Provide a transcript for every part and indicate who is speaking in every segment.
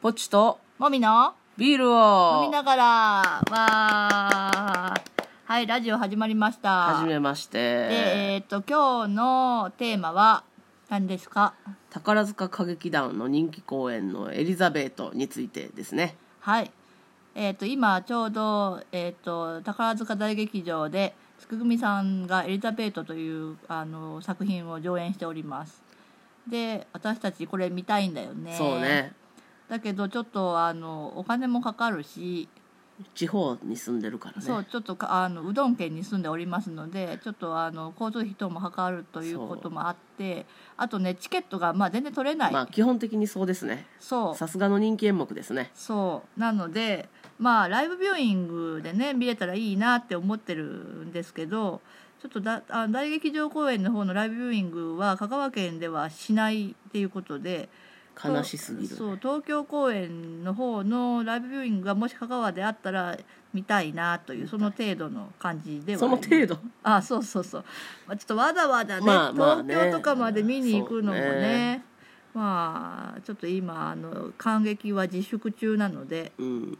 Speaker 1: ポチと
Speaker 2: もみの
Speaker 1: ビール
Speaker 2: 飲み
Speaker 1: を
Speaker 2: ながらわーはいラジオ始まりました
Speaker 1: 始めまし
Speaker 2: で
Speaker 1: て、
Speaker 2: えっ、と今日のテーマは何ですか
Speaker 1: 宝塚歌劇団の人気公演の「エリザベート」についてですね
Speaker 2: はいえっ、と今ちょうどえっ、と宝塚大劇場でつくぐみさんが「エリザベート」というあの作品を上演しておりますで私たちこれ見たいんだよね
Speaker 1: そうね
Speaker 2: だけどちょっとあのお金もかかるし
Speaker 1: 地方に住んでるからね
Speaker 2: そうちょっとかあのうどん県に住んでおりますのでちょっとあの交通費等もかかるということもあってあとねチケットがまあ全然取れない、
Speaker 1: まあ基本的にそうですね
Speaker 2: そう
Speaker 1: さすがの人気演目ですね
Speaker 2: そうなのでまあライブビューイングでね見れたらいいなって思ってるんですけどちょっとだあ大劇場公演の方のライブビューイングは香川県ではしないっていうことで
Speaker 1: 悲しすぎる
Speaker 2: そう東京公演の方のライブビューイングがもし香川であったら見たいなというその程度の感じでは
Speaker 1: その程度
Speaker 2: あそうそうそう、まあ、ちょっとわざわざね,、
Speaker 1: まあまあね
Speaker 2: 東京とかまで見に行くのも
Speaker 1: そう
Speaker 2: ね
Speaker 1: ね
Speaker 2: まあちょっと今あの感激は自粛中なので
Speaker 1: うん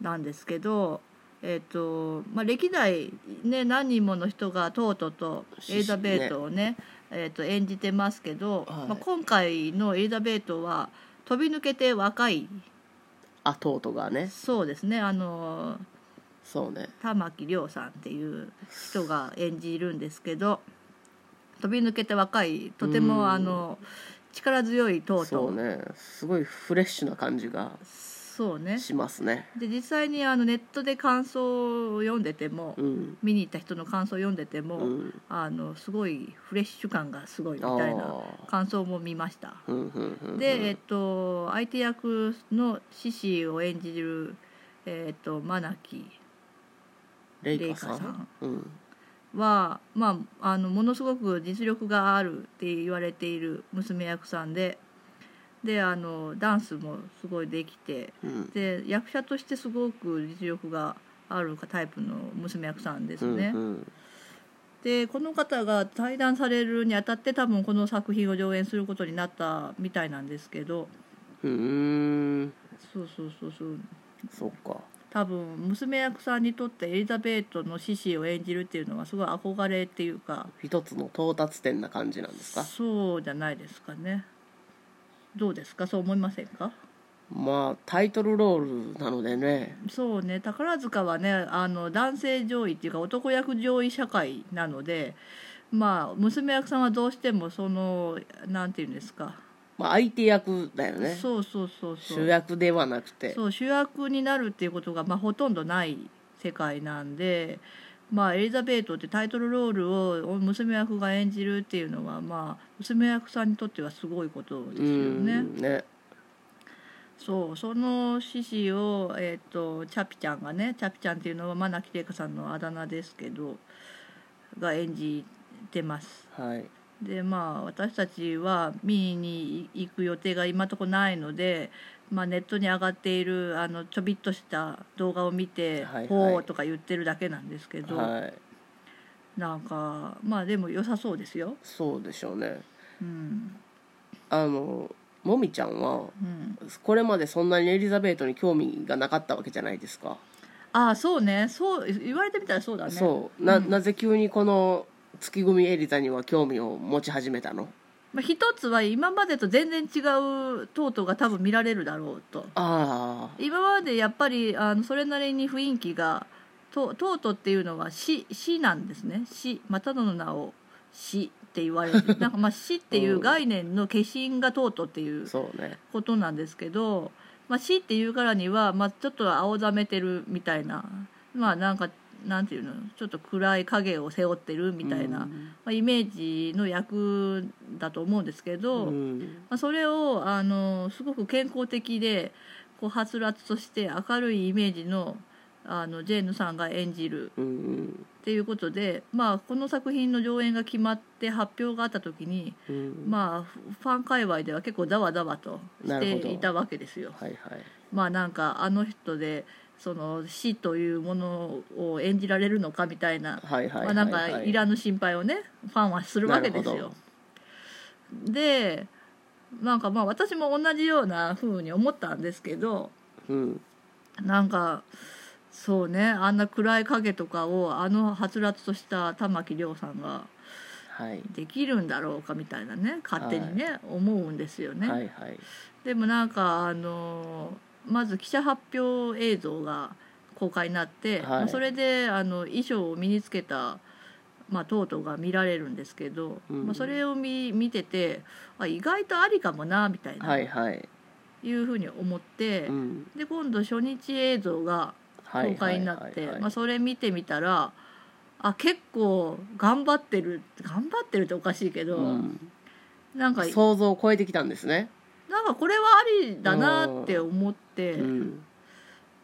Speaker 2: なんですけど、えっとまあ、歴代、ね、何人もの人がトートとエリザベートをねえっと演じてますけど、
Speaker 1: はい
Speaker 2: まあ、今回のエリザベートは飛び抜けて若い
Speaker 1: あとうとがね
Speaker 2: そうですねあの
Speaker 1: そうね
Speaker 2: 玉木亮さんっていう人が演じるんですけど飛び抜けて若いとて
Speaker 1: うん
Speaker 2: もあの力強いトート
Speaker 1: そうねすごいフレッシュな感じが
Speaker 2: そうね
Speaker 1: しますね
Speaker 2: で実際にあのネットで感想を読んでても、
Speaker 1: うん
Speaker 2: 見に行った人の感想を読んでても、
Speaker 1: うん
Speaker 2: あのすごいフレッシュ感がすごいみ
Speaker 1: ああ
Speaker 2: たいな感想も見ました。
Speaker 1: うんうんうんうん
Speaker 2: で、えっと、相手役の獅子を演じる、えっと、マナキ
Speaker 1: レイカさ
Speaker 2: レイカさん
Speaker 1: んうん
Speaker 2: は、まあ、あのものすごく実力があるって言われている娘役さんでであのダンスもすごいできて
Speaker 1: うん
Speaker 2: で役者としてすごく実力があるタイプの娘役さんですね。
Speaker 1: うんうん
Speaker 2: でこの方が対談されるにあたって多分この作品を上演することになったみたいなんですけど
Speaker 1: うーん
Speaker 2: そうそうそうそう
Speaker 1: そっか
Speaker 2: 多分娘役さんにとってエリザベートの獅子を演じるっていうのはすごい憧れっていうか
Speaker 1: 一つの到達点な感じなんですか
Speaker 2: そうじゃないですかねどうですかそう思いませんか
Speaker 1: まあタイトルロールなのでね
Speaker 2: そうね宝塚はねあの男性上位っていうか男役上位社会なのでまあ娘役さんはどうしてもそのなんていうんですか、
Speaker 1: まあ相手役だよね
Speaker 2: そうそうそうそう
Speaker 1: 主役ではなくて
Speaker 2: そう主役になるっていうことが、まあ、ほとんどない世界なんで、まあ、エリザベートってタイトルロールを娘役が演じるっていうのは、まあ、娘役さんにとってはすごいことです
Speaker 1: う
Speaker 2: よ
Speaker 1: ん
Speaker 2: ね。
Speaker 1: ね
Speaker 2: そうその獅子を、えー、とチャピちゃんがねチャピちゃんっていうのはマナキレイカさんのあだ名ですけどが演じてます。
Speaker 1: はい
Speaker 2: でまあ私たちは見に行く予定が今のところないので、まあ、ネットに上がっているあのちょびっとした動画を見て
Speaker 1: はいはい
Speaker 2: ほう」とか言ってるだけなんですけど、
Speaker 1: はい
Speaker 2: なんかまあでも良さそうですよ。
Speaker 1: そうでしょうね
Speaker 2: うん
Speaker 1: あのもみちゃんは
Speaker 2: うん、
Speaker 1: これまでそんなにエリザベートに興味がなかったわけじゃないですか、
Speaker 2: ああそうねそう言われてみたらそうだね。
Speaker 1: そうな,、
Speaker 2: うん
Speaker 1: なぜ急にこの月組エリザには興味を持ち始めたの
Speaker 2: まあ、一つは今までと全然違うトートが多分見られるだろうと。
Speaker 1: ああ
Speaker 2: 今までやっぱりあのそれなりに雰囲気がととうとうっていうのは死死なんですね死またの名を死って言われ るなんかまあ死っていう概念の化身がとうとうっていう
Speaker 1: そうね
Speaker 2: ことなんですけど、まあ、死っていうからには、まあ、ちょっと青ざめてるみたいなまあなんかなんていうのちょっと暗い影を背負ってるみたいな、
Speaker 1: う
Speaker 2: ま
Speaker 1: ん
Speaker 2: あ、イメージの役だと思うんですけど。
Speaker 1: うん
Speaker 2: まあ、それをあのすごく健康的でこうはつらつとして明るいイメージのあのジェーヌさんが演じる
Speaker 1: うんうん
Speaker 2: っていうことで、まあ、この作品の上演が決まって発表があった時に、
Speaker 1: うん
Speaker 2: まあ、フファン界隈では結構ざわざわとし
Speaker 1: なるほ
Speaker 2: て
Speaker 1: ど
Speaker 2: いたわけですよ。
Speaker 1: はいはい
Speaker 2: まあなんかあの人でその死というものを演じられるのかみたいな
Speaker 1: はいはいはい、
Speaker 2: ま
Speaker 1: は
Speaker 2: あ、
Speaker 1: い、
Speaker 2: なんかいらぬ心配をねファンはするわけです
Speaker 1: なる
Speaker 2: よ。でなんかまあ私も同じような風に思ったんですけど
Speaker 1: うん
Speaker 2: なんかそうねあんな暗い影とかをあのはつらつとした玉木亮さんが
Speaker 1: はい、
Speaker 2: できるんだろうかみたいなね勝手にね、思うんですよね。
Speaker 1: はいはい
Speaker 2: でもなんかあのまず記者発表映像が公開になって、
Speaker 1: はい
Speaker 2: まあそれであの衣装を身につけた、まあ、トートが見られるんですけど、
Speaker 1: うん
Speaker 2: まあ、それを見見ててあ意外とありかもなみたいな、
Speaker 1: はいはい
Speaker 2: いうふうに思って、
Speaker 1: うん
Speaker 2: で今度初日映像が
Speaker 1: は
Speaker 2: 公
Speaker 1: いは
Speaker 2: 開
Speaker 1: い
Speaker 2: にな
Speaker 1: は
Speaker 2: って
Speaker 1: いはい
Speaker 2: まあそれ見てみたらあ結構頑張ってる頑張ってるっておかしいけど、
Speaker 1: うん
Speaker 2: なんか
Speaker 1: 想像を超えてきたんですね、
Speaker 2: なんかこれはありだなって思って。
Speaker 1: うん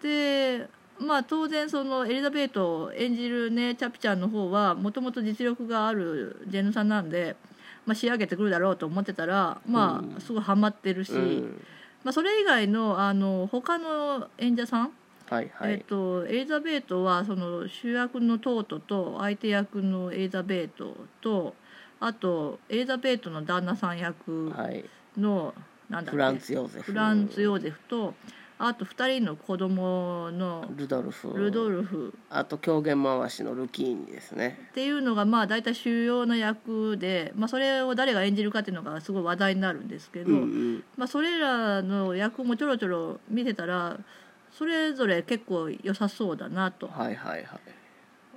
Speaker 2: でまあ当然そのエリザベートを演じるねチャピちゃんの方はもともと実力があるジェンヌさんなんで、まあ、仕上げてくるだろうと思ってたらま
Speaker 1: うん
Speaker 2: あすごいハマってるし、
Speaker 1: うん、
Speaker 2: まあ、それ以外のあの他の演者さん、
Speaker 1: はいはい、
Speaker 2: えっとエリザベートはその主役のトートと相手役のエリザベートとあとエリザベートの旦那さん役
Speaker 1: はい、
Speaker 2: の、なんだっけ
Speaker 1: フランツ・ヨーゼフ
Speaker 2: フランツ・ヨーゼフとあと2人の子供の
Speaker 1: ルドルフ
Speaker 2: ルドルフ
Speaker 1: あと狂言回しのルキーニですね
Speaker 2: っていうのがまあ大体主要な役で、まあ、それを誰が演じるかっていうのがすごい話題になるんですけど、
Speaker 1: うんうん
Speaker 2: まあ、それらの役もちょろちょろ見てたらそれぞれ結構良さそうだなと
Speaker 1: はいはいは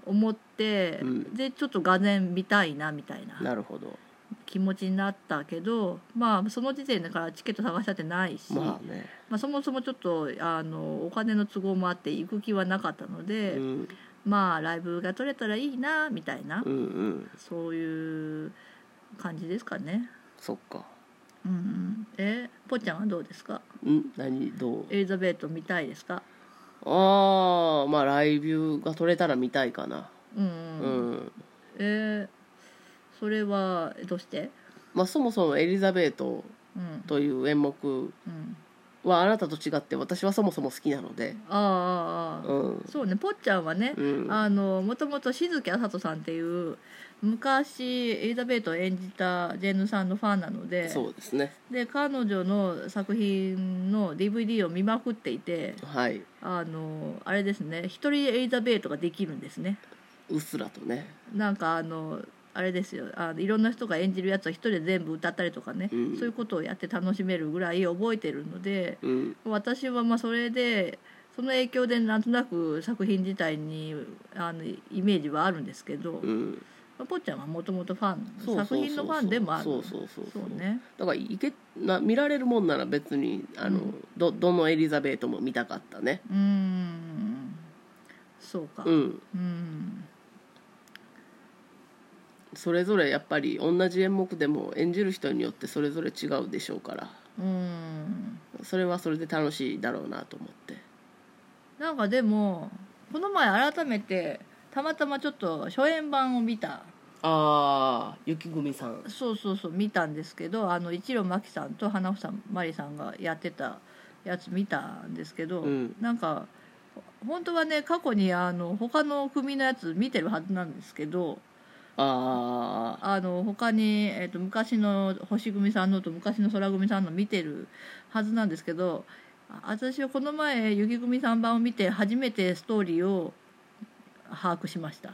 Speaker 2: 思って、
Speaker 1: うん
Speaker 2: でちょっと画面見たいなみたい
Speaker 1: い
Speaker 2: な
Speaker 1: なるほど
Speaker 2: 気持ちになったけど、まあ、その時点だからチケット探したってないし、
Speaker 1: まあね、
Speaker 2: まあ、そもそもちょっとあのお金の都合もあって行く気はなかったの
Speaker 1: う
Speaker 2: で、
Speaker 1: ん、
Speaker 2: まあライブが撮れたらいいなみたいな
Speaker 1: うんうん
Speaker 2: そういう感じですかね。
Speaker 1: そっか
Speaker 2: うんうん、えぽっちゃんはどうですか
Speaker 1: ん何どう
Speaker 2: エリザベート見たいですか
Speaker 1: ああまあライビューが取れたら見たいかな
Speaker 2: うん
Speaker 1: う
Speaker 2: うんん、、えーそれはどうして
Speaker 1: まあ、そもそも「エリザベート
Speaker 2: うん」
Speaker 1: という演目
Speaker 2: うん
Speaker 1: はあなたと違って私はそもそも好きなので
Speaker 2: ああああああ
Speaker 1: うん
Speaker 2: そうねぽっちゃんはね、
Speaker 1: うん
Speaker 2: あのもともと静木あさとさんっていう昔エリザベートを演じたジェンヌさんのファンなので
Speaker 1: そうですね
Speaker 2: で彼女の作品の DVD を見まくっていて
Speaker 1: はい
Speaker 2: あのあれですね一人エリザベートができるんですね
Speaker 1: うっすらとね
Speaker 2: なんかあのあれですよあのいろんな人が演じるやつを一人で全部歌ったりとかね、
Speaker 1: うん
Speaker 2: そういうことをやって楽しめるぐらい覚えてるので
Speaker 1: うん
Speaker 2: 私はまあそれでその影響でなんとなく作品自体にあのイメージはあるんですけど、
Speaker 1: うん
Speaker 2: まあぽっちゃんはもともとファン
Speaker 1: そうそうそうそう
Speaker 2: 作品のファンでもある
Speaker 1: そうそうそうそう
Speaker 2: そうね
Speaker 1: だからいけな見られるもんなら別にあの、
Speaker 2: う
Speaker 1: どどのエリザベートも見たかったね
Speaker 2: うーんそうか
Speaker 1: うん
Speaker 2: うん
Speaker 1: それぞれやっぱり同じ演目でも演じる人によってそれぞれ違うでしょうから
Speaker 2: うん
Speaker 1: それはそれで楽しいだろうなと思って
Speaker 2: なんかでもこの前改めてたまたまちょっと初演版を見た
Speaker 1: ああ雪組さん
Speaker 2: そうそうそう見たんですけどあの一路真紀さんと花房まりさんがやってたやつ見たんですけど、
Speaker 1: うん
Speaker 2: なんかほ本当はね過去にあの他の組のやつ見てるはずなんですけど
Speaker 1: ああ
Speaker 2: あの他に、えっと昔の星組さんのと昔の空組さんの見てるはずなんですけどあ私はこの前雪組さん版を見て初めてストーリーを把握しました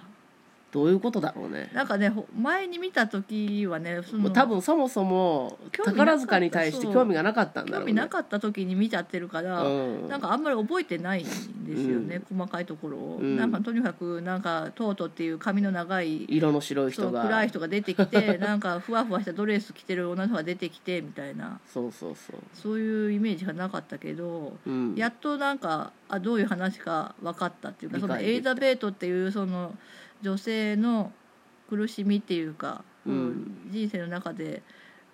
Speaker 1: どういうことだろうね
Speaker 2: なんかねほ前に見た時はねそ
Speaker 1: も
Speaker 2: の
Speaker 1: う多分そもそも
Speaker 2: 興味なかった
Speaker 1: 宝塚に対して興味がなかったんだ
Speaker 2: 興
Speaker 1: ろうね
Speaker 2: 味なかった時に見ちゃってるから、
Speaker 1: うん
Speaker 2: なんかあんまり覚えてないんですよね、
Speaker 1: う
Speaker 2: 細かいところを、
Speaker 1: うん
Speaker 2: なんかとにかくなんかトートっていう髪の長い
Speaker 1: 色の白い
Speaker 2: そ
Speaker 1: 人
Speaker 2: う
Speaker 1: が
Speaker 2: 暗い人が出てきてなんかふわふわしたドレス着てる女の人が出てきてみたいな
Speaker 1: そうそうそう
Speaker 2: そういうイメージがなかったけど、
Speaker 1: うん
Speaker 2: やっとなんかあどういう話か分かったっていうか
Speaker 1: 理
Speaker 2: そ
Speaker 1: 解
Speaker 2: の
Speaker 1: でき
Speaker 2: エ
Speaker 1: た
Speaker 2: リザベートっていうその女性の苦しみっていうか、
Speaker 1: うん
Speaker 2: 人生の中で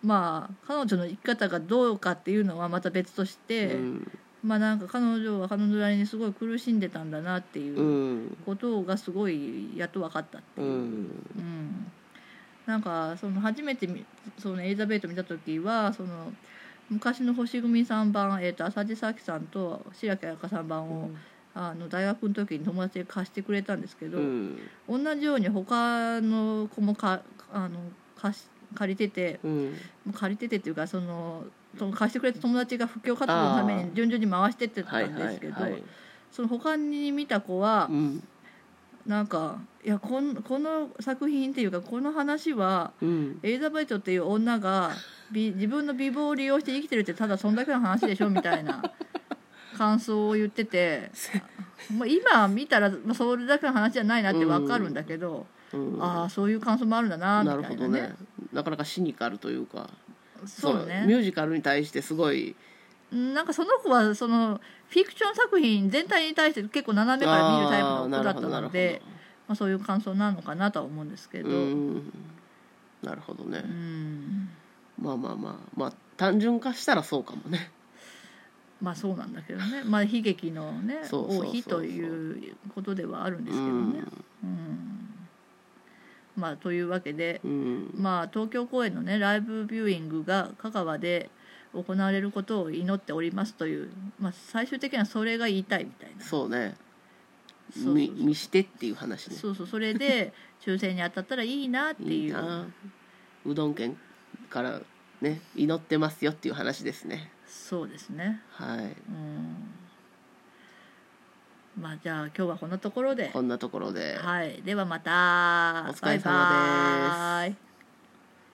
Speaker 2: まあ彼女の生き方がどうかっていうのはまた別として。
Speaker 1: うん
Speaker 2: まあなんか彼女は彼女なりにすごい苦しんでたんだなっていううんことがすごいやっと分かったって
Speaker 1: う
Speaker 2: いう、
Speaker 1: ん
Speaker 2: うんなんかその初めてみそのエリザベート見た時はその昔の星組さん版、えー、と浅地咲さんと白木彩香さん版を、あの大学の時に友達で貸してくれたんですけど、
Speaker 1: うん
Speaker 2: 同じように他の子もかあの貸し借りてて
Speaker 1: うん
Speaker 2: 借りててっていうかそのその貸してくれた友達が布教活動のため
Speaker 1: あー
Speaker 2: に順々に回してってた
Speaker 1: はい
Speaker 2: ん
Speaker 1: は
Speaker 2: で
Speaker 1: い
Speaker 2: すけど、
Speaker 1: はい
Speaker 2: その他に見た子は
Speaker 1: うん
Speaker 2: なんかいやこんこの作品っていうかこの話は
Speaker 1: うん
Speaker 2: エリザベートっていう女がび自分の美貌を利用して生きてるってただそんだけの話でしょみたいな感想を言っててもう今見たらまあそれだけの話じゃないなって分かるんだけど、
Speaker 1: うん
Speaker 2: ああそういう感想もあるんだなみ
Speaker 1: な
Speaker 2: たい
Speaker 1: るほ
Speaker 2: なね
Speaker 1: どねなかなかシニカルというか
Speaker 2: そうね
Speaker 1: ミュージカルに対してすごい
Speaker 2: なんかその子はそのフィクション作品全体に対して結構斜めから見るタイプの子だったのでまあ、そういう感想なのかなとは思うんですけ
Speaker 1: あーなる
Speaker 2: ど、
Speaker 1: ほどうんなるほどね
Speaker 2: うん
Speaker 1: まあまあまあまあ単純化したらそうかもね
Speaker 2: まあそうなんだけどね、まあ、悲劇のね
Speaker 1: そうそうそう
Speaker 2: 王
Speaker 1: そう
Speaker 2: 妃ということではあるんですけどね。うんまあ、というわけで、
Speaker 1: うん
Speaker 2: まあ、東京公演のねライブビューイングが香川で行われることを祈っておりますという、まあ、最終的にはそれが言いたいみたいな。
Speaker 1: そうね
Speaker 2: そうそう
Speaker 1: み見してっていう話ね
Speaker 2: そうそうそ れで抽選に当たったらいいなっていう
Speaker 1: いいなうどん県からね祈ってますよっていう話ですね
Speaker 2: そうですね
Speaker 1: はい
Speaker 2: うんまあじゃあ今日はこのところで
Speaker 1: こんなところで
Speaker 2: はいではまた
Speaker 1: お疲れ様です
Speaker 2: バイバイ